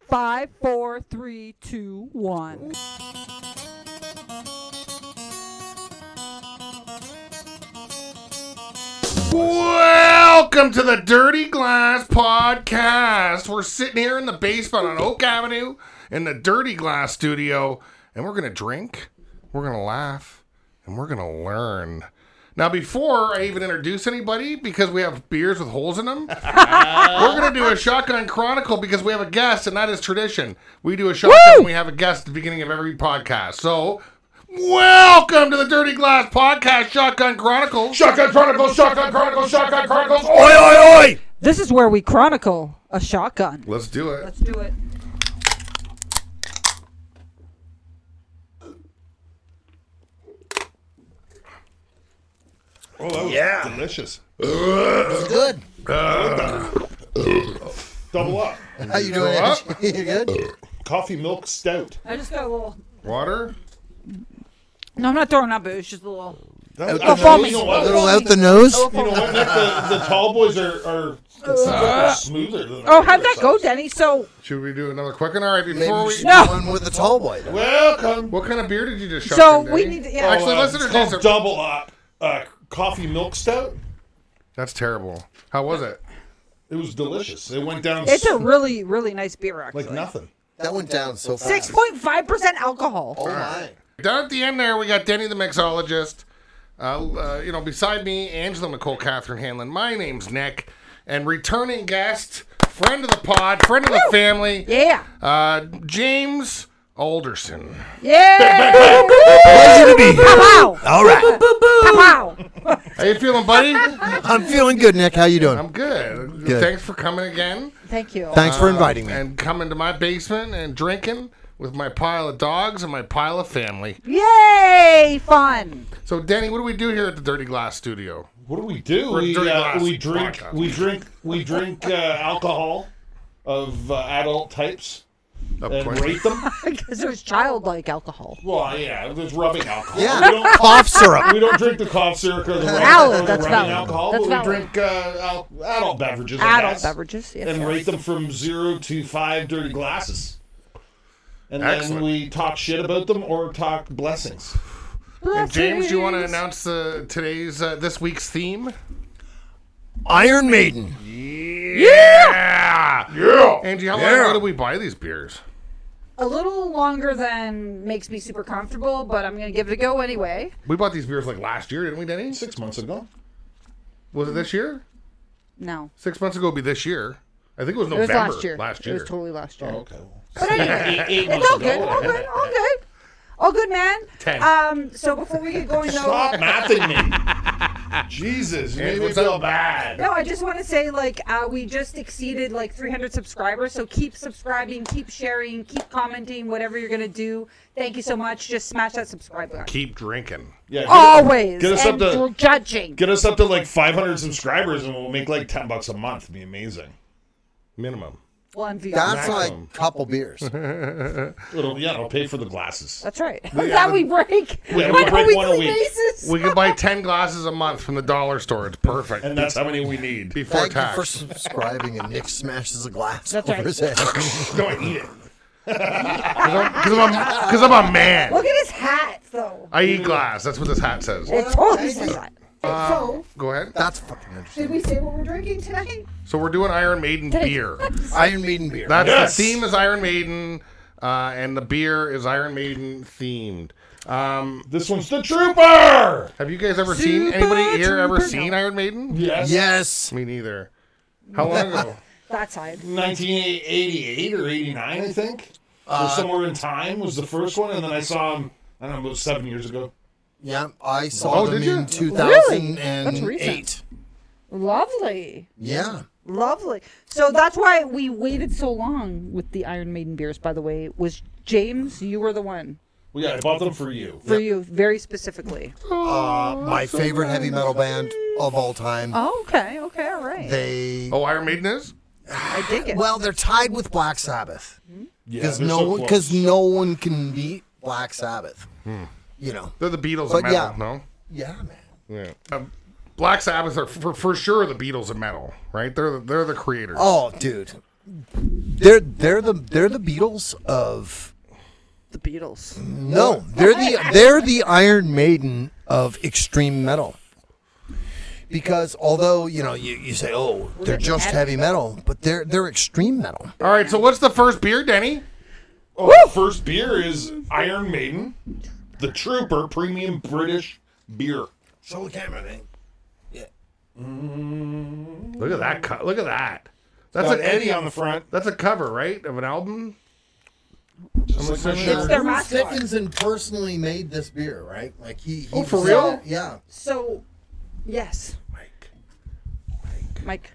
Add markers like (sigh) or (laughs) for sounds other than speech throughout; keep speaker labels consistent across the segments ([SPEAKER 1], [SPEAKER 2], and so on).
[SPEAKER 1] Five, four, three, two, one.
[SPEAKER 2] Welcome to the Dirty Glass Podcast. We're sitting here in the basement on Oak Avenue in the Dirty Glass Studio, and we're going to drink, we're going to laugh, and we're going to learn. Now, before I even introduce anybody, because we have beers with holes in them, we're going
[SPEAKER 1] (laughs)
[SPEAKER 2] to do a Shotgun Chronicle because we have a guest, and that is tradition. We do a shotgun, and we have a guest at the beginning of every podcast. So, welcome to the Dirty Glass Podcast Shotgun Chronicle.
[SPEAKER 3] Shotgun Chronicles, Shotgun Chronicles, Shotgun Chronicles. Oi, oi, oi!
[SPEAKER 1] This is where we chronicle a shotgun.
[SPEAKER 2] Let's do it.
[SPEAKER 1] Let's do it.
[SPEAKER 3] Oh, that was
[SPEAKER 2] Yeah.
[SPEAKER 3] delicious.
[SPEAKER 4] Good.
[SPEAKER 3] Double up.
[SPEAKER 4] How you doing?
[SPEAKER 2] up?
[SPEAKER 4] Angie? (laughs) you good?
[SPEAKER 3] Coffee milk stout.
[SPEAKER 1] I just got a little.
[SPEAKER 2] Water.
[SPEAKER 1] No, I'm not throwing up. It was just a little.
[SPEAKER 3] That,
[SPEAKER 4] Out the
[SPEAKER 3] actually,
[SPEAKER 1] vomit.
[SPEAKER 3] You know what?
[SPEAKER 4] A little out the nose.
[SPEAKER 3] You know what, Nick? The, the tall boys are, are smoother than
[SPEAKER 1] Oh, how'd that go, Denny? So
[SPEAKER 2] Should we do another quick one? All right,
[SPEAKER 4] Maybe
[SPEAKER 2] before
[SPEAKER 4] we
[SPEAKER 2] we.
[SPEAKER 4] should
[SPEAKER 1] No.
[SPEAKER 4] do one with the tall boy. Then.
[SPEAKER 3] Welcome.
[SPEAKER 2] What kind of beer did you just shotgun?
[SPEAKER 1] So we
[SPEAKER 2] Danny?
[SPEAKER 1] need to- yeah.
[SPEAKER 2] Actually,
[SPEAKER 3] Uh,
[SPEAKER 2] let's
[SPEAKER 3] it's
[SPEAKER 2] introduce
[SPEAKER 3] called
[SPEAKER 2] her.
[SPEAKER 3] double up. Uh, coffee milk stout.
[SPEAKER 2] That's terrible. How was it?
[SPEAKER 3] It was delicious. It went down
[SPEAKER 1] it's a
[SPEAKER 3] s-
[SPEAKER 1] really, really nice beer, actually.
[SPEAKER 3] like nothing.
[SPEAKER 4] That went down so fast.
[SPEAKER 1] 6.5% alcohol.
[SPEAKER 4] Oh my!
[SPEAKER 2] Down at the end there, we got Denny the mixologist. Uh, uh, you know, beside me, Angela Nicole Catherine Hanlon. My name's Nick, and returning guest, friend of the pod, friend of the family,
[SPEAKER 1] Yeah.
[SPEAKER 2] uh, James Alderson.
[SPEAKER 1] Yeah.
[SPEAKER 4] Pleasure to be here.
[SPEAKER 1] Pow.
[SPEAKER 4] All right,
[SPEAKER 1] Pow.
[SPEAKER 2] How you feeling, buddy?
[SPEAKER 4] I'm feeling good, Nick. How you doing?
[SPEAKER 2] I'm good.
[SPEAKER 4] Good.
[SPEAKER 2] Thanks for coming again.
[SPEAKER 1] Thank you.
[SPEAKER 4] Thanks for inviting me.
[SPEAKER 2] and coming to my basement and drinking with my pile of dogs and my pile of family.
[SPEAKER 1] Yay. (laughs) Fun.
[SPEAKER 2] So, Danny, what do we do here at the Dirty Glass Studio?
[SPEAKER 3] What do we do?
[SPEAKER 2] We're
[SPEAKER 3] We,
[SPEAKER 2] dirty
[SPEAKER 3] uh,
[SPEAKER 2] glass
[SPEAKER 3] we drink.
[SPEAKER 2] vodka.
[SPEAKER 3] We drink. We drink uh, alcohol of uh, adult types
[SPEAKER 2] Up
[SPEAKER 3] and
[SPEAKER 2] twice.
[SPEAKER 3] rate them.
[SPEAKER 1] Because there's childlike alcohol.
[SPEAKER 3] Well, yeah, there's rubbing alcohol.
[SPEAKER 4] Yeah.
[SPEAKER 3] We don't,
[SPEAKER 4] Cough syrup.
[SPEAKER 3] we don't drink the cough syrup or the,
[SPEAKER 1] Valid,
[SPEAKER 3] rubbing, or the
[SPEAKER 1] that's
[SPEAKER 3] rubbing
[SPEAKER 1] valid.
[SPEAKER 3] alcohol,
[SPEAKER 1] That's
[SPEAKER 3] but
[SPEAKER 1] valid.
[SPEAKER 3] we drink uh, al- adult beverages. I
[SPEAKER 1] Adult
[SPEAKER 3] guess,
[SPEAKER 1] beverages. Yes.
[SPEAKER 3] And
[SPEAKER 1] yes.
[SPEAKER 3] rate them from zero to five dirty glasses. And
[SPEAKER 2] Excellent.
[SPEAKER 3] then we talk shit about them or talk blessings.
[SPEAKER 2] And James, do you want to
[SPEAKER 1] Blessings.
[SPEAKER 2] announce uh, today's uh, this week's theme?
[SPEAKER 4] Iron Maiden.
[SPEAKER 2] Yeah, yeah. Angie, how long
[SPEAKER 4] Yeah.
[SPEAKER 2] ago did we buy these beers?
[SPEAKER 1] a little longer than makes me super comfortable, but I'm gonna give it a go anyway.
[SPEAKER 2] We bought these beers like last year, didn't we, Denny?
[SPEAKER 3] Six months ago.
[SPEAKER 2] Was it this year?
[SPEAKER 1] No,
[SPEAKER 2] Six months ago would be this year. I think it was
[SPEAKER 1] it was
[SPEAKER 2] November
[SPEAKER 1] last year.
[SPEAKER 2] Last
[SPEAKER 1] it
[SPEAKER 2] year.
[SPEAKER 1] was totally last year.
[SPEAKER 3] Oh, Okay.
[SPEAKER 1] But anyway,
[SPEAKER 3] (laughs) Eight, eight
[SPEAKER 1] it's
[SPEAKER 3] months
[SPEAKER 1] all
[SPEAKER 3] ago.
[SPEAKER 1] good, all good, all good, all good, man.
[SPEAKER 2] Ten.
[SPEAKER 1] Um, so before we get going, though,
[SPEAKER 3] Stop mathing
[SPEAKER 2] (laughs)
[SPEAKER 3] me. Jesus, you made me
[SPEAKER 2] what's up?
[SPEAKER 3] feel bad.
[SPEAKER 1] no, I just want to say like uh, we just exceeded like 300 subscribers, so keep subscribing, keep sharing, keep commenting, whatever you're gonna do. Thank you so much. Just smash that subscribe button.
[SPEAKER 2] Keep drinking.
[SPEAKER 3] Yeah, get-
[SPEAKER 1] Always
[SPEAKER 3] Get us
[SPEAKER 1] and
[SPEAKER 3] up to
[SPEAKER 1] dr- judging.
[SPEAKER 3] get us up to like 500 subscribers, and we'll make like 10 bucks a month. It'd be amazing.
[SPEAKER 2] Minimum.
[SPEAKER 1] well, I'm VR.
[SPEAKER 4] That's like a couple (laughs) beers.
[SPEAKER 3] It'll, yeah, I'll pay for the glasses.
[SPEAKER 1] That's right. (laughs) that we break.
[SPEAKER 3] Yeah, we
[SPEAKER 1] on
[SPEAKER 3] break one a
[SPEAKER 1] weekly
[SPEAKER 3] week.
[SPEAKER 1] basis.
[SPEAKER 2] We can buy ten glasses a month from the dollar store. It's perfect.
[SPEAKER 3] And that's how many we need.
[SPEAKER 2] before
[SPEAKER 4] Thank you
[SPEAKER 2] tax.
[SPEAKER 4] for subscribing. And Nick smashes a glass
[SPEAKER 1] That's
[SPEAKER 4] over
[SPEAKER 1] right.
[SPEAKER 4] his head.
[SPEAKER 3] No, I eat it.
[SPEAKER 2] Because I'm, a- 'cause I'm a man.
[SPEAKER 1] Look at his hat, though.
[SPEAKER 2] I eat glass. That's what this hat says.
[SPEAKER 1] It totally says that. so,
[SPEAKER 2] Go ahead.
[SPEAKER 4] That's fucking interesting.
[SPEAKER 1] did we say what we're drinking tonight?
[SPEAKER 2] So we're doing Iron Maiden beer.
[SPEAKER 4] Iron Maiden beer.
[SPEAKER 2] That's
[SPEAKER 3] Yes.
[SPEAKER 2] the theme is Iron Maiden, uh, and the beer is Iron Maiden themed. Um,
[SPEAKER 3] This one's the Trooper.
[SPEAKER 2] have you guys ever seen
[SPEAKER 1] Super
[SPEAKER 2] anybody here ever
[SPEAKER 1] duper-
[SPEAKER 2] seen Iron Maiden?
[SPEAKER 3] Yes.
[SPEAKER 4] Yes.
[SPEAKER 2] Me neither. How long ago?
[SPEAKER 1] That side.
[SPEAKER 3] 1988 or 89, I think. or somewhere in time was the first one, and then I saw him. I don't know, about seven years ago.
[SPEAKER 4] Yeah, I saw
[SPEAKER 2] Oh,
[SPEAKER 4] them
[SPEAKER 2] did you?
[SPEAKER 4] in
[SPEAKER 1] Really? That's
[SPEAKER 4] 2008.
[SPEAKER 1] recent. Lovely.
[SPEAKER 4] Yeah.
[SPEAKER 1] Lovely. So that's why we waited so long with the Iron Maiden beers, by the way, was James, you were the one.
[SPEAKER 3] Well, yeah, I bought them for you.
[SPEAKER 1] For you, very specifically.
[SPEAKER 4] Uh, my favorite heavy metal band of all time.
[SPEAKER 1] Oh, okay. Okay. All right.
[SPEAKER 4] They
[SPEAKER 2] Oh, Iron Maiden is.
[SPEAKER 1] I dig it.
[SPEAKER 4] well, they're tied with Black Sabbath
[SPEAKER 3] Yeah,
[SPEAKER 4] because
[SPEAKER 3] they're so
[SPEAKER 4] no
[SPEAKER 3] close. Hmm.
[SPEAKER 4] because no one can beat Black Sabbath. You know.
[SPEAKER 2] They're the Beatles of
[SPEAKER 4] But
[SPEAKER 2] metal.
[SPEAKER 4] yeah.
[SPEAKER 2] No.
[SPEAKER 4] Yeah, man.
[SPEAKER 2] Yeah. Um, Black Sabbath are for, for sure the Beatles of metal, right? They're the, they're the creators.
[SPEAKER 4] Oh, dude. They're they're the they're the Beatles of
[SPEAKER 1] The Beatles.
[SPEAKER 4] no. They're the they're the Iron Maiden of extreme metal. Because although you know you, you say oh they're just heavy metal, but they're they're extreme metal.
[SPEAKER 2] All right, so what's the first beer, Denny?
[SPEAKER 3] Oh, First beer is Iron Maiden, the Trooper Premium British Beer.
[SPEAKER 4] Show the camera, man.
[SPEAKER 2] Look at that. Co- look at that. That's
[SPEAKER 3] That's
[SPEAKER 2] an
[SPEAKER 3] an Eddie on the front.
[SPEAKER 2] That's a cover, right, of an album?
[SPEAKER 3] Just like my
[SPEAKER 1] It's
[SPEAKER 3] shirt.
[SPEAKER 1] their
[SPEAKER 4] Bruce
[SPEAKER 1] mascot.
[SPEAKER 4] Dickinson personally made this beer, right? Like he. he
[SPEAKER 2] Oh, for
[SPEAKER 4] was-
[SPEAKER 2] real?
[SPEAKER 4] Yeah.
[SPEAKER 1] So, yes,
[SPEAKER 2] Mike.
[SPEAKER 1] Mike.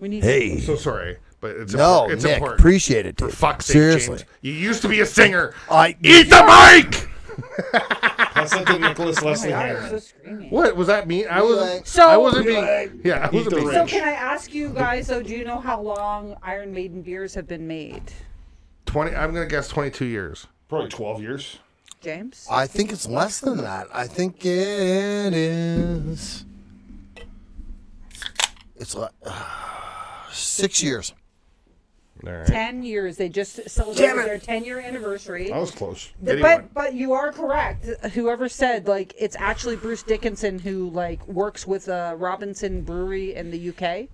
[SPEAKER 1] We need.
[SPEAKER 4] Hey.
[SPEAKER 2] So sorry, but it's
[SPEAKER 4] No,
[SPEAKER 2] important. It's
[SPEAKER 4] Nick,
[SPEAKER 2] important.
[SPEAKER 4] appreciate it. Dude.
[SPEAKER 2] For fuck's sake,
[SPEAKER 4] Seriously. Oh.
[SPEAKER 2] James. You used to be a singer.
[SPEAKER 4] I-
[SPEAKER 2] Eat the mic!
[SPEAKER 3] That's like the Nicholas
[SPEAKER 1] Oh
[SPEAKER 3] Leslie
[SPEAKER 1] my God, I'm
[SPEAKER 3] hair.
[SPEAKER 1] so screaming.
[SPEAKER 2] What was that mean? I wasn't.
[SPEAKER 1] So-
[SPEAKER 2] I wasn't being.
[SPEAKER 3] Relax.
[SPEAKER 2] Yeah, I
[SPEAKER 3] Eat
[SPEAKER 2] wasn't
[SPEAKER 3] the
[SPEAKER 2] being.
[SPEAKER 1] So,
[SPEAKER 3] wrench.
[SPEAKER 1] can I ask you guys? So, do you know how long Iron Maiden beers have been made,
[SPEAKER 2] Twenty. I'm gonna guess 22 years.
[SPEAKER 3] Probably 12 years.
[SPEAKER 1] James?
[SPEAKER 4] I think it's less than that. I think it is. It's like (sighs) six years.
[SPEAKER 2] All right.
[SPEAKER 1] Ten years. They just celebrated their ten-year anniversary.
[SPEAKER 3] That was close.
[SPEAKER 2] Anyone.
[SPEAKER 1] But but you are correct. Whoever said like it's actually Bruce Dickinson who like works with uh, Robinson Brewery in the UK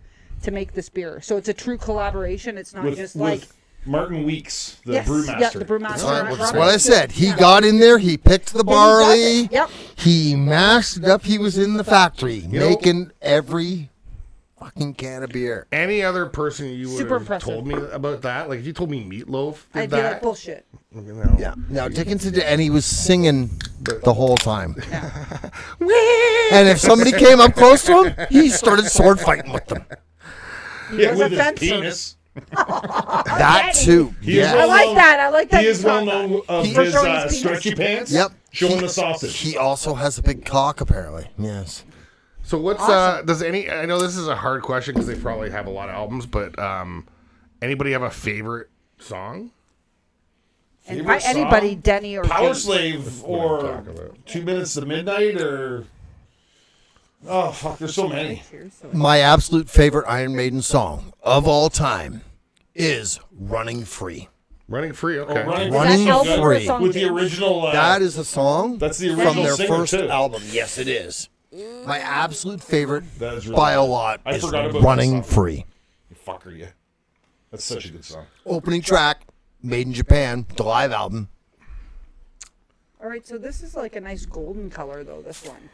[SPEAKER 1] to make this beer. So it's a true collaboration. It's not
[SPEAKER 3] With,
[SPEAKER 1] just like
[SPEAKER 3] with Martin Weeks, the
[SPEAKER 1] yes,
[SPEAKER 3] brewmaster.
[SPEAKER 1] yeah, the brewmaster.
[SPEAKER 4] All right,
[SPEAKER 1] at
[SPEAKER 4] well, that's
[SPEAKER 1] Robinson.
[SPEAKER 4] what I said. He got in there. He picked the
[SPEAKER 1] And
[SPEAKER 4] barley.
[SPEAKER 1] he does it. Yep.
[SPEAKER 4] He mashed it up. He was in the factory
[SPEAKER 2] know-
[SPEAKER 4] making every fucking can of beer.
[SPEAKER 2] Any other person you would
[SPEAKER 1] Super
[SPEAKER 2] have
[SPEAKER 1] impressive.
[SPEAKER 2] told me about that? Like if you told me Meatloaf did
[SPEAKER 1] I'd be
[SPEAKER 2] that.
[SPEAKER 1] like bullshit.
[SPEAKER 2] you know.
[SPEAKER 4] Yeah. Now Dickinson did, and he was singing the whole time.
[SPEAKER 2] Whee!
[SPEAKER 4] (laughs) And if somebody came up close to him, he started sword fighting with them.
[SPEAKER 1] He
[SPEAKER 3] Yeah,
[SPEAKER 1] was
[SPEAKER 3] with his
[SPEAKER 1] offensive.
[SPEAKER 3] penis.
[SPEAKER 4] That
[SPEAKER 1] Eddie.
[SPEAKER 4] too.
[SPEAKER 3] He is
[SPEAKER 1] I
[SPEAKER 4] Yeah.
[SPEAKER 3] one-
[SPEAKER 1] like that. I like that.
[SPEAKER 3] He
[SPEAKER 1] you
[SPEAKER 3] is well
[SPEAKER 1] caught that.
[SPEAKER 3] known of
[SPEAKER 4] He-
[SPEAKER 1] For
[SPEAKER 3] his
[SPEAKER 1] showing
[SPEAKER 3] uh,
[SPEAKER 1] his penis.
[SPEAKER 3] stretchy pants.
[SPEAKER 4] Yep.
[SPEAKER 3] Showing
[SPEAKER 4] He-
[SPEAKER 3] the sausage.
[SPEAKER 4] He also has a big cock, apparently. Yes.
[SPEAKER 2] So what's uh does any I know this is a hard question because they probably have a lot of albums, but um anybody have a favorite song?
[SPEAKER 1] And
[SPEAKER 3] Favorite
[SPEAKER 1] by
[SPEAKER 3] song?
[SPEAKER 1] anybody, Denny or
[SPEAKER 3] Power
[SPEAKER 1] James.
[SPEAKER 3] Slave
[SPEAKER 2] what I'm
[SPEAKER 3] or
[SPEAKER 2] talking about.
[SPEAKER 3] Two Minutes to Midnight or. Oh, fuck, there's so many.
[SPEAKER 4] My absolute favorite Iron Maiden song of all time is Running Free.
[SPEAKER 2] Running Free, okay.
[SPEAKER 3] Running,
[SPEAKER 4] Running
[SPEAKER 3] Free is so
[SPEAKER 4] Free.
[SPEAKER 3] good.
[SPEAKER 1] Song
[SPEAKER 3] With the
[SPEAKER 1] James.
[SPEAKER 3] original. Uh,
[SPEAKER 4] That is a song
[SPEAKER 3] That's the
[SPEAKER 4] from
[SPEAKER 3] original
[SPEAKER 4] their
[SPEAKER 3] singer,
[SPEAKER 4] first
[SPEAKER 3] too.
[SPEAKER 4] album. Yes, it is. My absolute favorite
[SPEAKER 3] That is really
[SPEAKER 4] by a
[SPEAKER 3] good.
[SPEAKER 4] lot
[SPEAKER 3] I
[SPEAKER 4] is
[SPEAKER 3] forgot about that song.
[SPEAKER 4] Running Free.
[SPEAKER 3] Fucker, yeah. That's such a good song.
[SPEAKER 4] Opening track, Made in Japan, the live album.
[SPEAKER 1] All right, so this is like a nice golden color though. This one.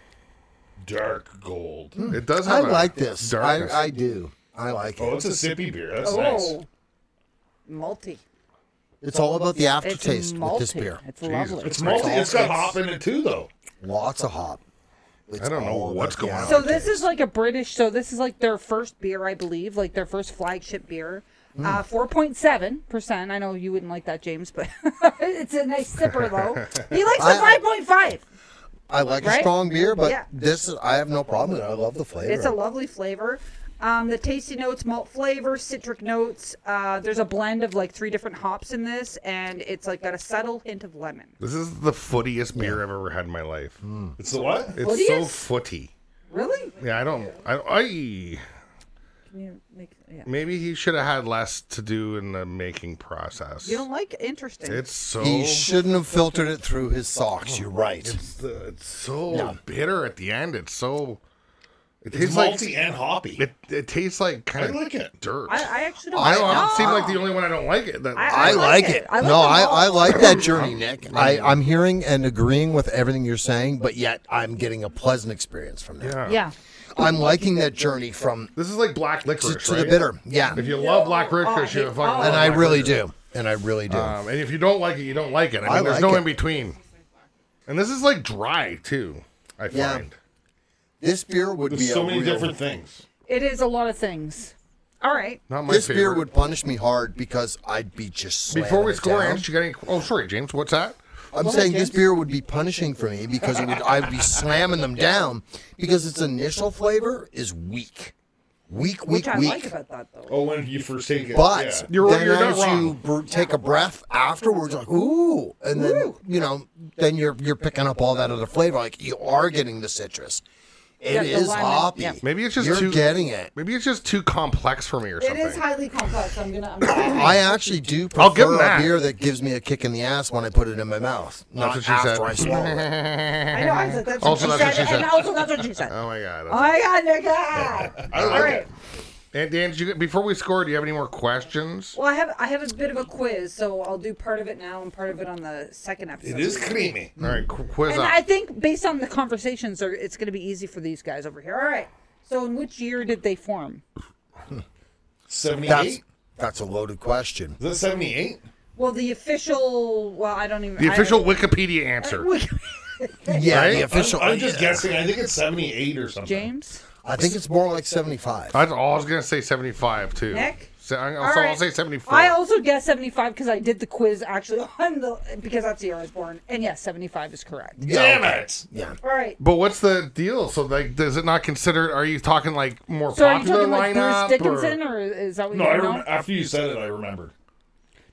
[SPEAKER 3] Dark Gold.
[SPEAKER 2] It does
[SPEAKER 4] I
[SPEAKER 2] have a
[SPEAKER 4] like this. I,
[SPEAKER 2] darkness.
[SPEAKER 4] I do. I like
[SPEAKER 3] Oh,
[SPEAKER 4] it.
[SPEAKER 3] it's a sippy beer. That's
[SPEAKER 1] Oh,
[SPEAKER 3] nice.
[SPEAKER 1] malty.
[SPEAKER 4] It's all about the
[SPEAKER 1] It's
[SPEAKER 4] aftertaste
[SPEAKER 1] malty.
[SPEAKER 4] with this beer.
[SPEAKER 1] It's lovely.
[SPEAKER 3] It's malty. It's got hop in it too, though.
[SPEAKER 4] Lots of hop. It's
[SPEAKER 2] I don't know
[SPEAKER 4] all about
[SPEAKER 2] what's
[SPEAKER 4] the
[SPEAKER 2] going on.
[SPEAKER 1] So this is like a British. So this is like their first beer, I believe, like their first flagship beer. Uh, Four point seven percent. I know you wouldn't like that, James, but (laughs) it's a nice sipper though. He likes the
[SPEAKER 4] I-
[SPEAKER 1] five point five.
[SPEAKER 4] I like
[SPEAKER 1] Right?
[SPEAKER 4] a strong beer, but
[SPEAKER 1] Yeah.
[SPEAKER 4] this is, I have no problem with it. I love the flavor.
[SPEAKER 1] It's a lovely flavor. Um, the tasty notes, malt flavor, citric notes. Uh, there's a blend of like three different hops in this, and it's like got a subtle hint of lemon.
[SPEAKER 2] This is the footiest beer I've ever had in my life.
[SPEAKER 4] Mm.
[SPEAKER 3] It's the what?
[SPEAKER 2] It's so
[SPEAKER 1] Footiest?
[SPEAKER 2] footy.
[SPEAKER 1] Really?
[SPEAKER 2] Yeah, I don't. I, I
[SPEAKER 1] Can you make? Yeah.
[SPEAKER 2] maybe he should have had less to do in the making process.
[SPEAKER 1] You don't like it? interesting.
[SPEAKER 2] It's so
[SPEAKER 4] he shouldn't have filtered it through his socks. You're right.
[SPEAKER 2] it's, the- it's so
[SPEAKER 4] Yeah.
[SPEAKER 2] bitter at the end. It's so it
[SPEAKER 3] It's
[SPEAKER 2] tastes
[SPEAKER 3] malty
[SPEAKER 2] like
[SPEAKER 3] and hoppy.
[SPEAKER 2] it, it tastes like kind of
[SPEAKER 3] like it.
[SPEAKER 2] dirt.
[SPEAKER 1] I, I actually don't.
[SPEAKER 2] I
[SPEAKER 1] like
[SPEAKER 2] don't.
[SPEAKER 1] it.
[SPEAKER 2] I don't seem
[SPEAKER 1] No.
[SPEAKER 2] like the only one I don't like it. That,
[SPEAKER 1] I-
[SPEAKER 4] I, like it.
[SPEAKER 1] I like
[SPEAKER 4] no,
[SPEAKER 1] them
[SPEAKER 4] I,
[SPEAKER 1] all.
[SPEAKER 4] I like that
[SPEAKER 2] (laughs)
[SPEAKER 4] journey, Nick. I, I'm hearing and agreeing with everything you're saying, but yet I'm getting a pleasant experience from
[SPEAKER 2] yeah.
[SPEAKER 4] that.
[SPEAKER 1] Yeah.
[SPEAKER 4] I'm liking that journey from
[SPEAKER 2] This is like black
[SPEAKER 4] to,
[SPEAKER 2] licorice,
[SPEAKER 4] to the
[SPEAKER 2] right?
[SPEAKER 4] bitter. Yeah.
[SPEAKER 2] If you love black
[SPEAKER 1] Oh, I
[SPEAKER 2] licorice, you
[SPEAKER 1] hate-
[SPEAKER 2] fucking love
[SPEAKER 1] oh.
[SPEAKER 4] And I
[SPEAKER 2] black
[SPEAKER 4] really
[SPEAKER 2] licorice.
[SPEAKER 4] do. And I really do.
[SPEAKER 2] Um, and if you don't like it, you don't like it. I mean,
[SPEAKER 4] I
[SPEAKER 2] there's
[SPEAKER 4] like
[SPEAKER 2] no
[SPEAKER 4] it.
[SPEAKER 2] in between. And this is like dry too. I
[SPEAKER 4] Yeah.
[SPEAKER 2] find.
[SPEAKER 4] this beer would be
[SPEAKER 3] There's so
[SPEAKER 4] a
[SPEAKER 3] many
[SPEAKER 4] real,
[SPEAKER 3] different things.
[SPEAKER 1] It is a lot of things. All right.
[SPEAKER 2] Not my
[SPEAKER 4] This
[SPEAKER 2] favorite.
[SPEAKER 4] beer would punish me hard because I'd be just slamming
[SPEAKER 2] Before we
[SPEAKER 4] it
[SPEAKER 2] score,
[SPEAKER 4] down.
[SPEAKER 2] Ange, you got any? Oh, sorry, James. What's that?
[SPEAKER 4] I'm saying this beer would be punishing for me because it would, I'd be slamming them down because its initial flavor is weak, weak, weak,
[SPEAKER 1] Which I
[SPEAKER 4] weak.
[SPEAKER 1] like about that though.
[SPEAKER 3] Oh, when you first take it.
[SPEAKER 4] but
[SPEAKER 3] yeah.
[SPEAKER 2] You're-
[SPEAKER 4] then
[SPEAKER 2] you're not
[SPEAKER 4] as you
[SPEAKER 2] wrong.
[SPEAKER 4] br- take a breath afterwards, like ooh, and then you know, then you're you're picking up all that other flavor. Like you are getting the citrus. It
[SPEAKER 1] Yeah,
[SPEAKER 4] is
[SPEAKER 1] the lemon,
[SPEAKER 4] hoppy.
[SPEAKER 1] yeah.
[SPEAKER 2] Maybe it's just
[SPEAKER 4] You're
[SPEAKER 2] too-
[SPEAKER 4] getting it.
[SPEAKER 2] Maybe it's just too complex for me or
[SPEAKER 1] It
[SPEAKER 2] something.
[SPEAKER 1] is highly complex. I'm gonna. I'm (laughs) gonna
[SPEAKER 4] I actually do
[SPEAKER 2] I'll give 'em
[SPEAKER 4] prefer a
[SPEAKER 2] that.
[SPEAKER 4] beer that gives me a kick in the ass when I put it in my mouth, not
[SPEAKER 2] what she
[SPEAKER 4] after
[SPEAKER 2] said. (laughs)
[SPEAKER 4] I swallow it.
[SPEAKER 1] I know. I said that's
[SPEAKER 2] Also,
[SPEAKER 1] what she said,
[SPEAKER 2] that's what she
[SPEAKER 1] and
[SPEAKER 2] said.
[SPEAKER 1] also that's what she said.
[SPEAKER 2] oh my god.
[SPEAKER 1] Oh my God, Nick!
[SPEAKER 2] (laughs)
[SPEAKER 1] ah. All right.
[SPEAKER 2] And Dan, did you, get- before we score, do you have any more questions?
[SPEAKER 1] Well, I have I have a bit of a quiz, so I'll do part of it now and part of it on the second episode.
[SPEAKER 3] It is creamy.
[SPEAKER 2] All right, qu- quiz
[SPEAKER 1] And
[SPEAKER 2] up.
[SPEAKER 1] I think based on the conversations, they're- it's going to be easy for these guys over here. All right. So, in which year did they form?
[SPEAKER 4] That's
[SPEAKER 3] 78?
[SPEAKER 4] that's a loaded question.
[SPEAKER 3] Is that 78?
[SPEAKER 1] Well, the official. Well, I don't even.
[SPEAKER 2] the
[SPEAKER 1] I-
[SPEAKER 2] official Wikipedia answer.
[SPEAKER 4] Yeah,
[SPEAKER 2] Right?
[SPEAKER 4] the official.
[SPEAKER 3] I'm, I'm just guessing. I think it's 78 or
[SPEAKER 1] (laughs)
[SPEAKER 3] something.
[SPEAKER 1] James,
[SPEAKER 4] I think it's more like 75.
[SPEAKER 2] That's all I was gonna say. Seventy-five too.
[SPEAKER 1] Nick?
[SPEAKER 2] So, I,
[SPEAKER 1] All
[SPEAKER 2] so I'll
[SPEAKER 1] right.
[SPEAKER 2] say seventy-four.
[SPEAKER 1] I also guessed seventy-five because I did the quiz actually on the because that's the year I was born, and yes, seventy-five is correct.
[SPEAKER 4] Yeah,
[SPEAKER 3] Damn
[SPEAKER 4] okay.
[SPEAKER 3] it!
[SPEAKER 4] Yeah.
[SPEAKER 1] All right.
[SPEAKER 2] but what's the deal? So like, does it not consider? Are you talking like more
[SPEAKER 1] So, are you
[SPEAKER 2] popular
[SPEAKER 1] talking like Bruce
[SPEAKER 2] lineup?
[SPEAKER 1] Dickinson,
[SPEAKER 2] or,
[SPEAKER 1] or is that what
[SPEAKER 3] No,
[SPEAKER 1] you
[SPEAKER 3] I
[SPEAKER 1] know?
[SPEAKER 3] rem- after you said it, I remembered.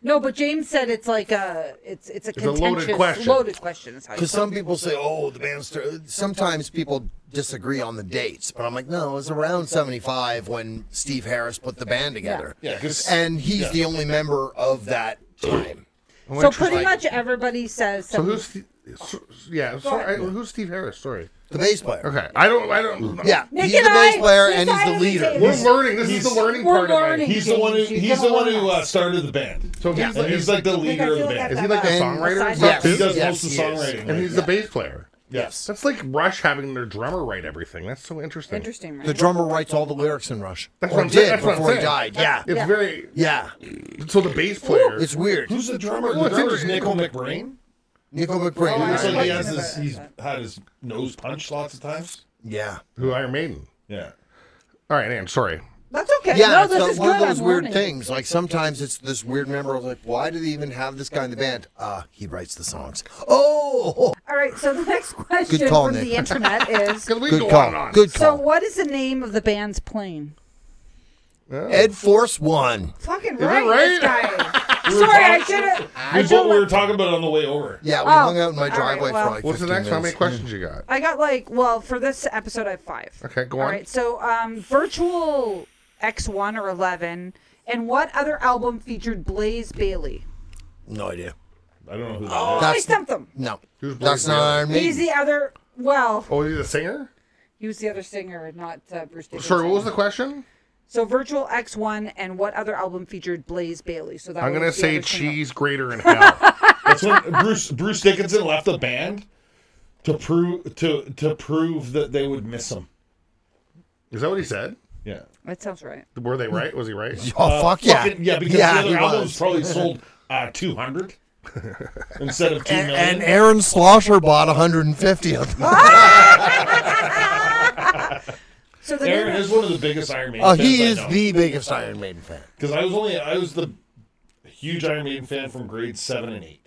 [SPEAKER 1] No, but James said it's like a it's it's a
[SPEAKER 2] a loaded
[SPEAKER 1] contentious loaded
[SPEAKER 2] question.
[SPEAKER 1] question. is how you
[SPEAKER 4] Because some people say, oh, the band's. Th-. Sometimes people disagree on the dates, but I'm like, no, it was around 75 when Steve Harris put the band together.
[SPEAKER 3] Yeah, 'cause-
[SPEAKER 4] And he's
[SPEAKER 3] yeah.
[SPEAKER 4] the only member of that time.
[SPEAKER 1] So pretty
[SPEAKER 4] like-
[SPEAKER 1] much everybody says.
[SPEAKER 2] so
[SPEAKER 1] some-
[SPEAKER 2] who's? Ste- so- yeah. Sorry, I- who's Steve Harris? Sorry.
[SPEAKER 4] The bass player.
[SPEAKER 2] Okay. I don't. I don't.
[SPEAKER 4] Yeah.
[SPEAKER 1] Nick
[SPEAKER 4] he's
[SPEAKER 1] and
[SPEAKER 4] the bass
[SPEAKER 1] I
[SPEAKER 4] player and he's the
[SPEAKER 1] decided to
[SPEAKER 4] leader.
[SPEAKER 1] say
[SPEAKER 2] We're
[SPEAKER 1] He's-
[SPEAKER 2] learning. This is
[SPEAKER 3] he's-
[SPEAKER 2] the learning
[SPEAKER 1] we're
[SPEAKER 2] part
[SPEAKER 1] learning.
[SPEAKER 2] of it.
[SPEAKER 3] He's the one who
[SPEAKER 1] James, you
[SPEAKER 3] he's the
[SPEAKER 1] gotta
[SPEAKER 3] one who
[SPEAKER 1] learn
[SPEAKER 3] uh,
[SPEAKER 1] us.
[SPEAKER 3] started the band.
[SPEAKER 2] So he's
[SPEAKER 3] And
[SPEAKER 2] like,
[SPEAKER 3] he's like the
[SPEAKER 1] Like, I
[SPEAKER 3] leader of
[SPEAKER 1] feel
[SPEAKER 3] the
[SPEAKER 1] like I've
[SPEAKER 2] is
[SPEAKER 3] band.
[SPEAKER 2] he like the
[SPEAKER 1] got
[SPEAKER 4] And-
[SPEAKER 2] songwriter?
[SPEAKER 1] Aside
[SPEAKER 2] and
[SPEAKER 1] from- Yes,
[SPEAKER 2] stuff, too?
[SPEAKER 3] He does
[SPEAKER 4] Yes,
[SPEAKER 3] most of the
[SPEAKER 4] he is.
[SPEAKER 3] songwriting.
[SPEAKER 2] And he's the bass player.
[SPEAKER 3] yes.
[SPEAKER 2] That's like Rush having their drummer write everything. That's so interesting.
[SPEAKER 1] interesting, right?
[SPEAKER 4] The drummer writes all the lyrics in Rush.
[SPEAKER 2] That's
[SPEAKER 4] or
[SPEAKER 2] what I'm
[SPEAKER 4] did
[SPEAKER 2] saying. That's what I'm
[SPEAKER 4] before he
[SPEAKER 2] saying.
[SPEAKER 4] died. Yeah.
[SPEAKER 2] It's very
[SPEAKER 4] Yeah.
[SPEAKER 2] so the bass player.
[SPEAKER 4] It's weird.
[SPEAKER 3] Who's the drummer?
[SPEAKER 2] Well,
[SPEAKER 3] The
[SPEAKER 2] it's
[SPEAKER 3] drummer's Nickel
[SPEAKER 2] interesting.
[SPEAKER 3] McBrain.
[SPEAKER 4] Nico McBrain.
[SPEAKER 1] Oh, I
[SPEAKER 3] Looks
[SPEAKER 1] see.
[SPEAKER 3] like he
[SPEAKER 1] I
[SPEAKER 3] has
[SPEAKER 1] remember
[SPEAKER 3] this,
[SPEAKER 1] that.
[SPEAKER 3] he's had his nose punched lots of times.
[SPEAKER 4] yeah.
[SPEAKER 2] who Iron Maiden.
[SPEAKER 3] Yeah.
[SPEAKER 2] All right, Ann. Sorry.
[SPEAKER 1] That's okay.
[SPEAKER 4] Yeah,
[SPEAKER 1] no,
[SPEAKER 4] it's
[SPEAKER 1] this
[SPEAKER 4] uh,
[SPEAKER 1] is
[SPEAKER 4] one
[SPEAKER 1] good.
[SPEAKER 4] of those
[SPEAKER 1] I'm
[SPEAKER 4] weird
[SPEAKER 1] learning.
[SPEAKER 4] things. Like sometimes it's this weird member of like, why do they even have this guy in the band? Uh, he writes the songs. Oh,
[SPEAKER 1] All right. So the (laughs) next question
[SPEAKER 4] call,
[SPEAKER 1] from
[SPEAKER 4] Nick.
[SPEAKER 1] the internet is:
[SPEAKER 2] 'Cause we
[SPEAKER 4] good
[SPEAKER 2] go on
[SPEAKER 4] call.
[SPEAKER 2] and on.
[SPEAKER 4] Good
[SPEAKER 1] So
[SPEAKER 4] call.
[SPEAKER 1] what is the name of the band's plane?
[SPEAKER 4] Ed Force One.
[SPEAKER 1] Fucking
[SPEAKER 2] it
[SPEAKER 1] right, this
[SPEAKER 2] (laughs)
[SPEAKER 1] guy.
[SPEAKER 3] were
[SPEAKER 1] Sorry, I
[SPEAKER 3] talking-
[SPEAKER 1] should have. I
[SPEAKER 3] That's what we were
[SPEAKER 1] should have.
[SPEAKER 3] talking about on the way over.
[SPEAKER 4] Yeah, we
[SPEAKER 1] Oh,
[SPEAKER 4] hung out in
[SPEAKER 1] all
[SPEAKER 4] my
[SPEAKER 1] right,
[SPEAKER 4] driveway
[SPEAKER 1] well.
[SPEAKER 4] for like
[SPEAKER 2] What's the
[SPEAKER 4] 15
[SPEAKER 2] next? one? How many
[SPEAKER 4] minutes.
[SPEAKER 2] questions you got?
[SPEAKER 1] I got like well for this episode I have five.
[SPEAKER 2] Okay, go
[SPEAKER 1] All
[SPEAKER 2] on.
[SPEAKER 1] right. So um, virtual X one or eleven, and what other album featured Blaze Bailey?
[SPEAKER 4] No idea.
[SPEAKER 3] I don't know who that is.
[SPEAKER 1] Oh, I
[SPEAKER 4] That's-
[SPEAKER 1] stumped them.
[SPEAKER 4] No,
[SPEAKER 2] Who's Blaze
[SPEAKER 4] that's not Iron
[SPEAKER 1] He's
[SPEAKER 4] Maiden.
[SPEAKER 1] the other. Well,
[SPEAKER 2] Oh, is he the singer?
[SPEAKER 1] he was the other singer, not uh, Bruce Dickinson.
[SPEAKER 2] Sorry, what was the question?
[SPEAKER 1] So Virtual X1 and what other album featured Blaze Bailey? So that
[SPEAKER 2] I'm
[SPEAKER 1] was
[SPEAKER 2] gonna
[SPEAKER 1] the
[SPEAKER 2] say
[SPEAKER 1] other single.
[SPEAKER 2] cheese grater in
[SPEAKER 4] (laughs)
[SPEAKER 2] hell.
[SPEAKER 3] That's when Bruce Bruce Dickinson left the band to prove to to prove that they would miss him.
[SPEAKER 2] is that what he said?
[SPEAKER 3] Yeah.
[SPEAKER 1] That sounds right.
[SPEAKER 2] Were they right? Was he right?
[SPEAKER 4] Oh fuck yeah,
[SPEAKER 3] Fucking- yeah, because
[SPEAKER 4] yeah,
[SPEAKER 3] the
[SPEAKER 4] he
[SPEAKER 3] other album was
[SPEAKER 4] was.
[SPEAKER 3] probably sold uh,
[SPEAKER 4] (laughs)
[SPEAKER 3] 200 instead of 2 million.
[SPEAKER 4] And Aaron Slosher bought 150 of them.
[SPEAKER 1] So the
[SPEAKER 3] Aaron
[SPEAKER 1] name
[SPEAKER 3] is one of the biggest Iron Maiden
[SPEAKER 4] Oh,
[SPEAKER 3] fans
[SPEAKER 4] he
[SPEAKER 3] I
[SPEAKER 4] is
[SPEAKER 3] know.
[SPEAKER 4] the biggest Iron Maiden fan.
[SPEAKER 3] Because I was only I was the huge Iron Maiden fan from grade seven and eight.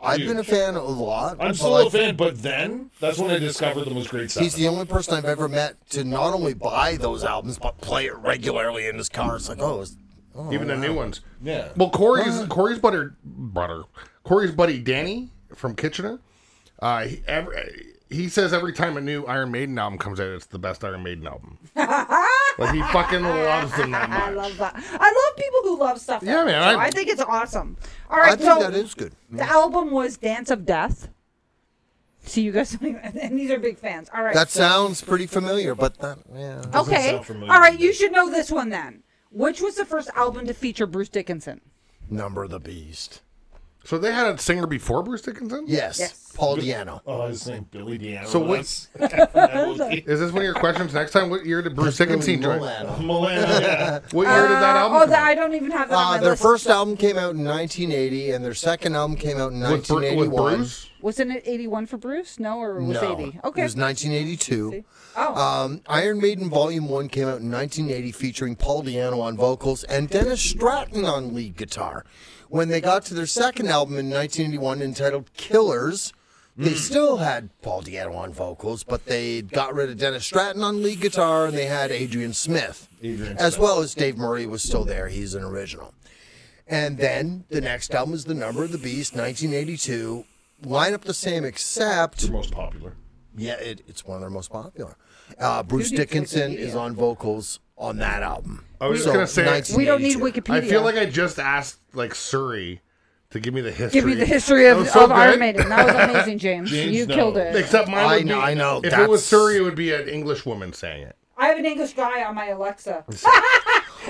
[SPEAKER 4] I've been a fan a lot.
[SPEAKER 3] I'm
[SPEAKER 4] but,
[SPEAKER 3] still
[SPEAKER 4] like,
[SPEAKER 3] a fan, but then that's when I discovered them was grade seven.
[SPEAKER 4] Oh, He's the only person I've ever met to not only buy those albums but play it regularly in his car. It's like, (laughs) oh, it's,
[SPEAKER 2] Even the new ones.
[SPEAKER 3] yeah.
[SPEAKER 2] Well, Corey's Corey's butter butter. Corey's buddy Danny from Kitchener. Uh, he, every, he says every time a new Iron Maiden album comes out, it's the best Iron Maiden
[SPEAKER 4] (laughs)
[SPEAKER 2] album. like he fucking loves them that much.
[SPEAKER 1] I love that. I love people who love stuff.
[SPEAKER 2] Yeah,
[SPEAKER 1] like
[SPEAKER 2] man,
[SPEAKER 1] that. So
[SPEAKER 2] I-
[SPEAKER 1] I, think it's awesome. All
[SPEAKER 4] I
[SPEAKER 1] right.
[SPEAKER 4] think
[SPEAKER 1] so
[SPEAKER 4] that is good.
[SPEAKER 1] the album was Dance of Death. See you guys, and these are big fans. All right.
[SPEAKER 4] That sounds pretty familiar, but that, yeah.
[SPEAKER 1] okay.
[SPEAKER 3] sound familiar.
[SPEAKER 1] All right. You should know this one then. Which was the first album to feature Bruce Dickinson?
[SPEAKER 4] Number of the Beast.
[SPEAKER 2] So they had a singer before Bruce Dickinson.
[SPEAKER 4] Yes.
[SPEAKER 1] Yes.
[SPEAKER 4] Paul Deano.
[SPEAKER 3] Oh, his name Billy Deanna.
[SPEAKER 2] So what-
[SPEAKER 3] that's- (laughs)
[SPEAKER 4] (laughs)
[SPEAKER 3] Milano,
[SPEAKER 2] Is this one of your questions next time? What year did Bruce Dickinson join?
[SPEAKER 3] (laughs)
[SPEAKER 4] Milano.
[SPEAKER 3] yeah.
[SPEAKER 2] What year did that
[SPEAKER 1] Uh,
[SPEAKER 2] album?
[SPEAKER 1] oh,
[SPEAKER 2] come
[SPEAKER 1] that,
[SPEAKER 2] out?
[SPEAKER 1] I don't even have that
[SPEAKER 4] Uh,
[SPEAKER 1] on my
[SPEAKER 4] their
[SPEAKER 1] list.
[SPEAKER 4] first album came out in 1980, and their second album came out in
[SPEAKER 2] with, Bru- with
[SPEAKER 4] 1981.
[SPEAKER 2] Bruce.
[SPEAKER 1] Wasn't it 81 for Bruce? No, or was
[SPEAKER 4] no,
[SPEAKER 1] 80? Okay.
[SPEAKER 4] it was 1982.
[SPEAKER 1] oh.
[SPEAKER 4] Um, Iron Maiden Volume 1 came out in 1980 featuring Paul Diano on vocals and Dennis Stratton on lead guitar. When they got to their second album in 1981 entitled Killers, they still had Paul Diano on vocals, but they got rid of Dennis Stratton on lead guitar and they had Adrian Smith.
[SPEAKER 3] Adrian
[SPEAKER 4] as well as Dave Murray was still there. He's an original. And then the next album is The Number of the Beast, 1982. Line up the same except
[SPEAKER 3] The most popular.
[SPEAKER 4] Yeah, it, it's one of their most popular. Uh, Bruce
[SPEAKER 1] Who did
[SPEAKER 4] Dickinson is
[SPEAKER 1] Wikipedia?
[SPEAKER 4] on vocals on that album.
[SPEAKER 2] I was just gonna say-
[SPEAKER 1] We don't need
[SPEAKER 4] 1982.
[SPEAKER 1] Wikipedia.
[SPEAKER 2] I feel like I just asked like Surrey to give me the history.
[SPEAKER 1] Give me the history
[SPEAKER 2] That
[SPEAKER 1] of,
[SPEAKER 2] was so
[SPEAKER 1] of Iron
[SPEAKER 2] good.
[SPEAKER 1] Maiden. That was amazing, James.
[SPEAKER 3] James,
[SPEAKER 1] you
[SPEAKER 3] no.
[SPEAKER 1] killed it.
[SPEAKER 2] Except mine.
[SPEAKER 4] I
[SPEAKER 2] would
[SPEAKER 4] know-
[SPEAKER 2] be-
[SPEAKER 4] I know,
[SPEAKER 2] If it was
[SPEAKER 4] that's-
[SPEAKER 2] Surrey, it would be an English woman saying it.
[SPEAKER 1] I have an English guy on my Alexa. (laughs)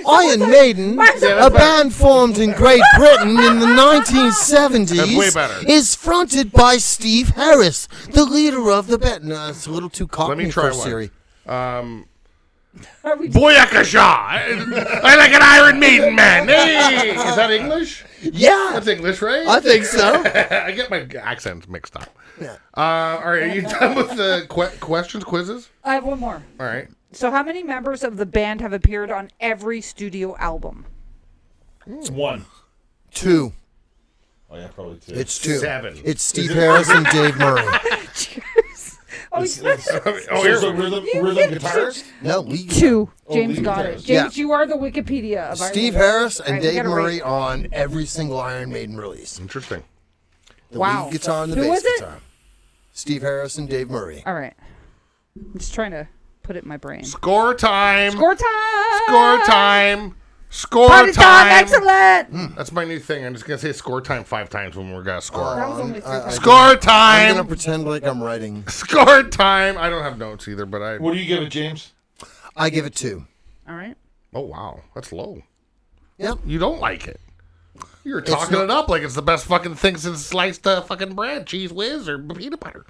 [SPEAKER 4] Iron Maiden,
[SPEAKER 2] that's
[SPEAKER 4] a band formed in Great Britain
[SPEAKER 1] (laughs)
[SPEAKER 4] in the 1970s,
[SPEAKER 2] That's way better.
[SPEAKER 4] is fronted by Steve Harris, the leader of the band. No, it's a little too cockney
[SPEAKER 2] Let me try
[SPEAKER 4] for
[SPEAKER 2] one.
[SPEAKER 4] Siri.
[SPEAKER 2] Um,
[SPEAKER 1] Are we-
[SPEAKER 2] Boyakasha. I, I like an Iron Maiden man. Hey, is that English?
[SPEAKER 4] Yeah,
[SPEAKER 2] That's English, right?
[SPEAKER 4] I think so.
[SPEAKER 2] (laughs) I get my accents mixed up.
[SPEAKER 4] Yeah.
[SPEAKER 2] Uh, all right, are you done with the que- questions, quizzes?
[SPEAKER 1] I have one more.
[SPEAKER 2] All right.
[SPEAKER 1] So, how many members of the band have appeared on every studio album?
[SPEAKER 3] It's one.
[SPEAKER 4] Two.
[SPEAKER 3] Oh yeah, probably two.
[SPEAKER 4] It's two.
[SPEAKER 2] Seven.
[SPEAKER 4] It's Steve
[SPEAKER 2] (laughs)
[SPEAKER 4] Harris and Dave Murray.
[SPEAKER 1] Oh,
[SPEAKER 3] It's- it's-
[SPEAKER 2] Oh,
[SPEAKER 3] so
[SPEAKER 2] here.
[SPEAKER 3] it's a rhythm, rhythm guitarist.
[SPEAKER 4] No, Lee.
[SPEAKER 1] two.
[SPEAKER 3] Oh,
[SPEAKER 1] James
[SPEAKER 3] Lee
[SPEAKER 1] got it.
[SPEAKER 3] Harris.
[SPEAKER 1] James,
[SPEAKER 4] Yeah.
[SPEAKER 1] you are the Wikipedia of Iron
[SPEAKER 4] Steve
[SPEAKER 1] Maiden.
[SPEAKER 4] Harris and
[SPEAKER 1] All right, we
[SPEAKER 4] Dave
[SPEAKER 1] gotta
[SPEAKER 4] Murray
[SPEAKER 1] rate.
[SPEAKER 4] on every single Iron Maiden release.
[SPEAKER 2] Interesting.
[SPEAKER 4] The
[SPEAKER 1] Wow.
[SPEAKER 4] lead guitar and the
[SPEAKER 1] Who
[SPEAKER 4] bass
[SPEAKER 1] was it?
[SPEAKER 4] guitar. Steve Harris and Dave Murray.
[SPEAKER 1] All right. I'm just trying to put it in my brain.
[SPEAKER 2] Score time.
[SPEAKER 1] Score time!
[SPEAKER 2] Score time. Score
[SPEAKER 1] Party time!
[SPEAKER 2] time. Hmm.
[SPEAKER 1] Excellent!
[SPEAKER 2] That's my new thing. I'm just gonna say score time five times when we're gonna score.
[SPEAKER 1] That was only three times.
[SPEAKER 2] score
[SPEAKER 4] I'm gonna
[SPEAKER 2] time.
[SPEAKER 4] uh, pretend like I'm writing.
[SPEAKER 2] Score time. I don't have notes either, but I.
[SPEAKER 3] What do you give it, James?
[SPEAKER 4] I give it two.
[SPEAKER 1] All right.
[SPEAKER 2] Oh wow, that's low.
[SPEAKER 4] Yep.
[SPEAKER 2] You don't like it. You're talking
[SPEAKER 4] not-
[SPEAKER 2] it up like it's the best fucking thing since sliced uh, fucking bread, cheese whiz, or peanut butter.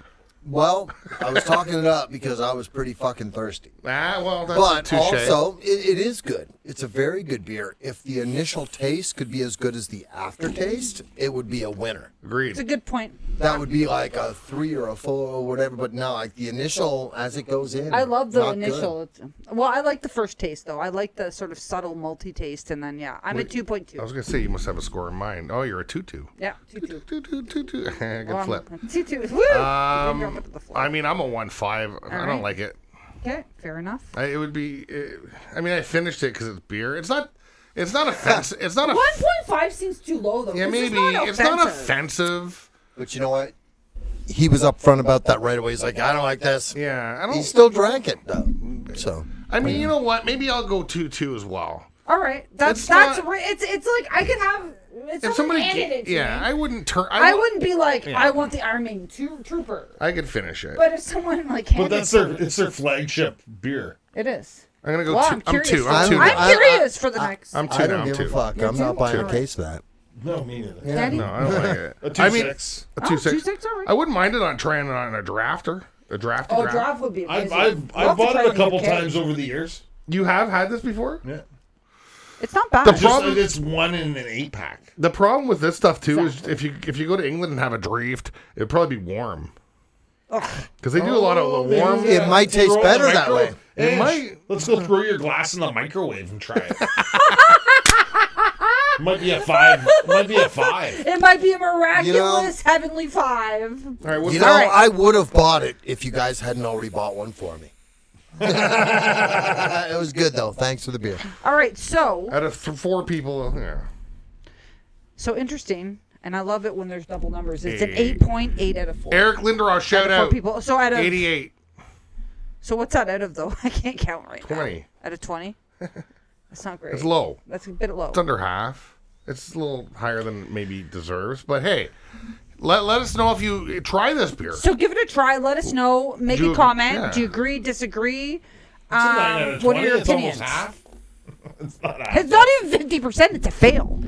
[SPEAKER 4] Well, I was talking it up because I was pretty fucking thirsty.
[SPEAKER 2] Ah, well, that's
[SPEAKER 4] But
[SPEAKER 2] touche.
[SPEAKER 4] also, it, it is good. It's a very good beer. If the initial taste could be as good as the aftertaste, it would be a winner.
[SPEAKER 2] agreed.
[SPEAKER 1] It's a good point.
[SPEAKER 4] That would be like a three or a four or whatever. But no, like the initial as it goes in.
[SPEAKER 1] I love the
[SPEAKER 4] not good.
[SPEAKER 1] initial. It's- Well, I like the first taste, though. I like the sort of subtle multi taste, and then, yeah, I'm at
[SPEAKER 2] I
[SPEAKER 1] 2.2.
[SPEAKER 2] was gonna say you must have a score in mind. Oh, you're a two-two.
[SPEAKER 1] Yeah,
[SPEAKER 2] (laughs)
[SPEAKER 1] 2.2.
[SPEAKER 2] Two-two-two-two. Good
[SPEAKER 1] Well, I'm-
[SPEAKER 2] flip.
[SPEAKER 1] 2.2. Woo!
[SPEAKER 2] Um,
[SPEAKER 1] Drop it to the floor.
[SPEAKER 2] I mean, I'm a one-five. I don't
[SPEAKER 1] right.
[SPEAKER 2] like it.
[SPEAKER 1] okay, fair enough.
[SPEAKER 2] I, it would be. It, I mean, I finished it because it's beer. It's not. It's
[SPEAKER 1] (laughs)
[SPEAKER 2] not offensive. It's not a.
[SPEAKER 1] 1.5 seems too low, though.
[SPEAKER 2] Yeah,
[SPEAKER 1] This is
[SPEAKER 2] maybe
[SPEAKER 1] not
[SPEAKER 2] it's not
[SPEAKER 1] offensive.
[SPEAKER 2] offensive.
[SPEAKER 4] But you know what? He was upfront about that right away. He's like, I don't like this.
[SPEAKER 2] Yeah, I
[SPEAKER 4] He
[SPEAKER 2] don't.
[SPEAKER 4] still drank it though. So
[SPEAKER 2] I mean, you know what? Maybe I'll go two-two as well.
[SPEAKER 1] All right, that's
[SPEAKER 2] It's
[SPEAKER 1] that's
[SPEAKER 2] not-
[SPEAKER 1] re- it's it's like I could have it's
[SPEAKER 2] If
[SPEAKER 1] not
[SPEAKER 2] somebody,
[SPEAKER 1] like handed
[SPEAKER 2] ga-
[SPEAKER 1] it to
[SPEAKER 2] yeah,
[SPEAKER 1] me.
[SPEAKER 2] I wouldn't turn. I,
[SPEAKER 1] I,
[SPEAKER 2] wou-
[SPEAKER 1] wouldn't be like
[SPEAKER 2] Yeah.
[SPEAKER 1] I want the Iron Maiden two- Trooper,
[SPEAKER 2] I could finish it.
[SPEAKER 1] but if someone like handed
[SPEAKER 3] But that's their it's their flagship beer.
[SPEAKER 1] it is.
[SPEAKER 2] I'm gonna go.
[SPEAKER 1] Well,
[SPEAKER 2] two,
[SPEAKER 1] I'm
[SPEAKER 2] I'm
[SPEAKER 1] curious.
[SPEAKER 2] two.
[SPEAKER 1] I don't-
[SPEAKER 2] I'm two.
[SPEAKER 1] I'm
[SPEAKER 2] now.
[SPEAKER 4] I-
[SPEAKER 1] curious for the next.
[SPEAKER 2] I'm two
[SPEAKER 4] I
[SPEAKER 2] now.
[SPEAKER 4] don't
[SPEAKER 2] I'm
[SPEAKER 4] give a
[SPEAKER 2] two.
[SPEAKER 4] fuck. I'm
[SPEAKER 1] You're
[SPEAKER 4] not buying
[SPEAKER 1] too
[SPEAKER 4] a case of that.
[SPEAKER 3] No, me neither.
[SPEAKER 1] Daddy,
[SPEAKER 2] No, I don't like it.
[SPEAKER 3] A
[SPEAKER 2] I mean,
[SPEAKER 3] six.
[SPEAKER 2] a two
[SPEAKER 1] Oh,
[SPEAKER 2] six.
[SPEAKER 1] two six, all right.
[SPEAKER 2] I wouldn't mind it on trying it on a drafter. A draft. a
[SPEAKER 1] oh,
[SPEAKER 2] draft.
[SPEAKER 1] draft would be.
[SPEAKER 3] I've
[SPEAKER 1] Amazing. We'll
[SPEAKER 3] I've,
[SPEAKER 1] have
[SPEAKER 3] I've
[SPEAKER 1] to
[SPEAKER 3] bought
[SPEAKER 1] try
[SPEAKER 3] it a
[SPEAKER 1] in the
[SPEAKER 3] couple
[SPEAKER 1] UK.
[SPEAKER 3] times over the years.
[SPEAKER 2] You have had this before.
[SPEAKER 3] Yeah.
[SPEAKER 1] It's not bad.
[SPEAKER 2] The
[SPEAKER 3] Just uh,
[SPEAKER 2] Problem-
[SPEAKER 3] it's one in an eight pack.
[SPEAKER 2] The problem with this stuff too is if you if you go to England and have a draft, it'd probably be warm. Because they do a lot
[SPEAKER 1] Oh,
[SPEAKER 2] of the warm.
[SPEAKER 4] It might taste
[SPEAKER 3] Throw in the
[SPEAKER 4] better that
[SPEAKER 3] micro-
[SPEAKER 4] way.
[SPEAKER 2] It
[SPEAKER 3] Ange,
[SPEAKER 2] might.
[SPEAKER 3] Let's go throw your glass in the microwave and try
[SPEAKER 1] (laughs)
[SPEAKER 3] it. might be a five. Might be a five.
[SPEAKER 1] it might be a miraculous heavenly five.
[SPEAKER 2] All right, what's
[SPEAKER 4] You
[SPEAKER 2] the-
[SPEAKER 4] know,
[SPEAKER 1] All right.
[SPEAKER 4] I would have bought it if you guys hadn't already bought one for me. (laughs) it was good though. Thanks for the beer.
[SPEAKER 1] All right, so
[SPEAKER 2] out of th- four people? Yeah.
[SPEAKER 1] so interesting, and I love it when there's double numbers. It's an
[SPEAKER 2] Eight.
[SPEAKER 1] eight point eight out of four.
[SPEAKER 2] Eric Linderoff, shout
[SPEAKER 1] Four
[SPEAKER 2] out.
[SPEAKER 1] people. So out of
[SPEAKER 2] 88,
[SPEAKER 1] so what's that out of though? (laughs) I can't count right now.
[SPEAKER 2] 20.
[SPEAKER 1] out of twenty. That's not great.
[SPEAKER 2] It's low.
[SPEAKER 1] That's a bit low.
[SPEAKER 2] It's under half. It's a little higher than maybe it deserves. But hey, let, let us know if you try this beer.
[SPEAKER 1] So give it a try. Let us know. Make
[SPEAKER 2] Do-
[SPEAKER 1] a comment.
[SPEAKER 2] yeah.
[SPEAKER 1] Do you agree? Disagree?
[SPEAKER 3] It's a
[SPEAKER 1] Um,
[SPEAKER 3] nine out of
[SPEAKER 1] what are
[SPEAKER 3] 20,
[SPEAKER 1] your
[SPEAKER 3] it's
[SPEAKER 1] opinions?
[SPEAKER 3] almost half. (laughs) It's not half.
[SPEAKER 1] It's not even fifty percent. It's a fail.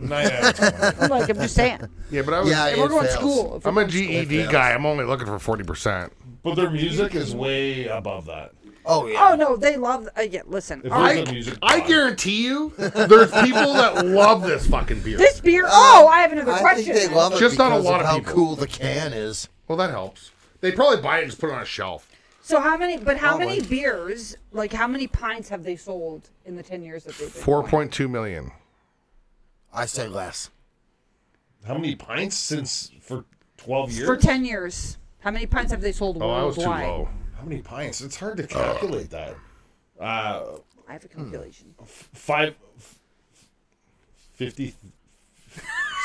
[SPEAKER 3] Nine out of 20.
[SPEAKER 1] Like I'm just saying.
[SPEAKER 2] Yeah, but I was,
[SPEAKER 4] Yeah,
[SPEAKER 1] If we're
[SPEAKER 4] it
[SPEAKER 1] going to
[SPEAKER 4] fails.
[SPEAKER 1] school. If
[SPEAKER 2] I'm
[SPEAKER 1] we're-
[SPEAKER 2] a GED guy. I'm only looking for 40%.
[SPEAKER 3] But their music is way above that.
[SPEAKER 4] Oh yeah.
[SPEAKER 1] oh no, they love. Uh, yeah, listen.
[SPEAKER 3] If
[SPEAKER 1] All
[SPEAKER 3] there's
[SPEAKER 1] right.
[SPEAKER 3] a music
[SPEAKER 2] I
[SPEAKER 3] pod-
[SPEAKER 2] guarantee you, there's people that love this fucking
[SPEAKER 1] (laughs)
[SPEAKER 2] beer.
[SPEAKER 1] This beer. Oh, I have another
[SPEAKER 4] I
[SPEAKER 1] question.
[SPEAKER 4] think they love it
[SPEAKER 2] Just not a
[SPEAKER 4] because
[SPEAKER 2] lot
[SPEAKER 4] of
[SPEAKER 2] of
[SPEAKER 4] how
[SPEAKER 2] people.
[SPEAKER 4] cool the can is.
[SPEAKER 2] Well, that helps. They probably buy it and just put it on a shelf.
[SPEAKER 1] so how many? But how many
[SPEAKER 4] Probably.
[SPEAKER 1] beers? Like how many pints have they sold in the ten years that they've been?
[SPEAKER 2] 4.2 million.
[SPEAKER 4] I say less.
[SPEAKER 3] How many pints since for 12 years?
[SPEAKER 1] For ten years, how many pints have they sold
[SPEAKER 2] Oh, I was
[SPEAKER 1] worldwide?
[SPEAKER 2] too low.
[SPEAKER 3] How many pints? It's hard to calculate that. Uh,
[SPEAKER 1] I have a
[SPEAKER 2] Hmm.
[SPEAKER 1] calculation.
[SPEAKER 3] five, f- fifty,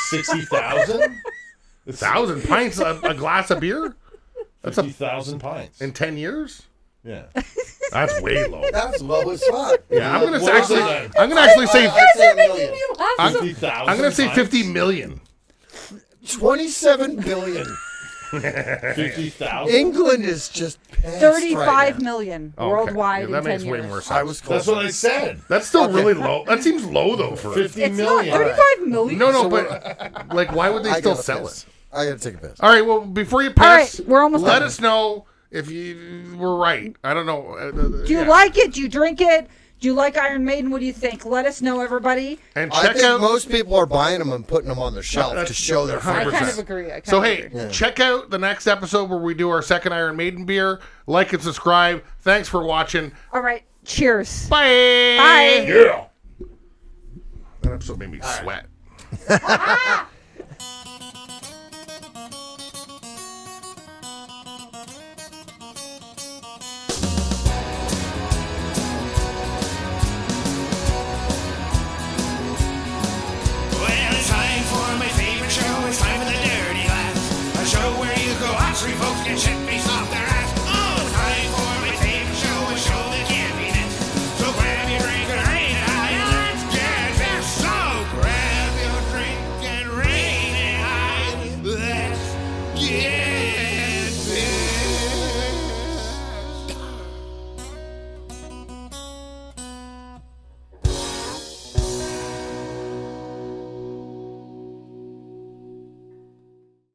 [SPEAKER 3] sixty thousand.
[SPEAKER 2] Thousand pints of a glass of beer? That's a-
[SPEAKER 3] 50,000 pints.
[SPEAKER 2] In 10 years?
[SPEAKER 3] Yeah.
[SPEAKER 2] That's way low.
[SPEAKER 4] That's low as fuck.
[SPEAKER 2] (laughs) Yeah, I'm gonna
[SPEAKER 3] What was
[SPEAKER 2] actually,
[SPEAKER 3] it?
[SPEAKER 2] I'm gonna actually say,
[SPEAKER 4] I'd say a million.
[SPEAKER 1] Making me laugh
[SPEAKER 2] I'm,
[SPEAKER 1] so-
[SPEAKER 3] 50,000
[SPEAKER 2] I'm gonna say
[SPEAKER 3] pints?
[SPEAKER 2] 50 million.
[SPEAKER 4] 27 billion.
[SPEAKER 3] 50,000.
[SPEAKER 4] England is just pissed
[SPEAKER 1] Thirty-five
[SPEAKER 4] Right now.
[SPEAKER 1] million
[SPEAKER 2] Oh, okay.
[SPEAKER 1] worldwide
[SPEAKER 2] Yeah, that
[SPEAKER 1] in
[SPEAKER 2] makes
[SPEAKER 1] 10
[SPEAKER 2] way
[SPEAKER 1] years.
[SPEAKER 2] more sense.
[SPEAKER 4] I was close.
[SPEAKER 3] That's what I said.
[SPEAKER 2] That's still
[SPEAKER 4] Okay.
[SPEAKER 2] really low. That seems low though for.
[SPEAKER 3] Fifty
[SPEAKER 1] It's not
[SPEAKER 3] million.
[SPEAKER 1] thirty-five million.
[SPEAKER 2] No, no, but like, why would they
[SPEAKER 4] I
[SPEAKER 2] still
[SPEAKER 4] gotta
[SPEAKER 2] sell
[SPEAKER 4] piss.
[SPEAKER 2] it?
[SPEAKER 4] I gotta take a piss.
[SPEAKER 2] All right. Well, before you
[SPEAKER 1] All
[SPEAKER 2] pass,
[SPEAKER 1] right, we're almost
[SPEAKER 2] Let
[SPEAKER 1] done.
[SPEAKER 2] us know if you were right. I don't know. uh, uh,
[SPEAKER 1] Do you
[SPEAKER 2] yeah.
[SPEAKER 1] like it? Do you drink it? Do you like Iron Maiden? What do you think? Let us know, everybody.
[SPEAKER 2] And
[SPEAKER 4] I
[SPEAKER 2] check
[SPEAKER 4] think
[SPEAKER 2] out.
[SPEAKER 4] most people are buying them and putting them on the shelf to
[SPEAKER 2] That's-
[SPEAKER 4] show their
[SPEAKER 1] I
[SPEAKER 4] friends.
[SPEAKER 1] kind
[SPEAKER 2] 100%.
[SPEAKER 1] of agree. I kind
[SPEAKER 2] So
[SPEAKER 1] of
[SPEAKER 2] hey,
[SPEAKER 1] agree.
[SPEAKER 2] check out the next episode where we do our second Iron Maiden beer. Like and subscribe. Thanks for watching.
[SPEAKER 1] all right, cheers.
[SPEAKER 2] Bye.
[SPEAKER 1] Bye.
[SPEAKER 3] Yeah.
[SPEAKER 2] That episode made me sweat.
[SPEAKER 1] Ah!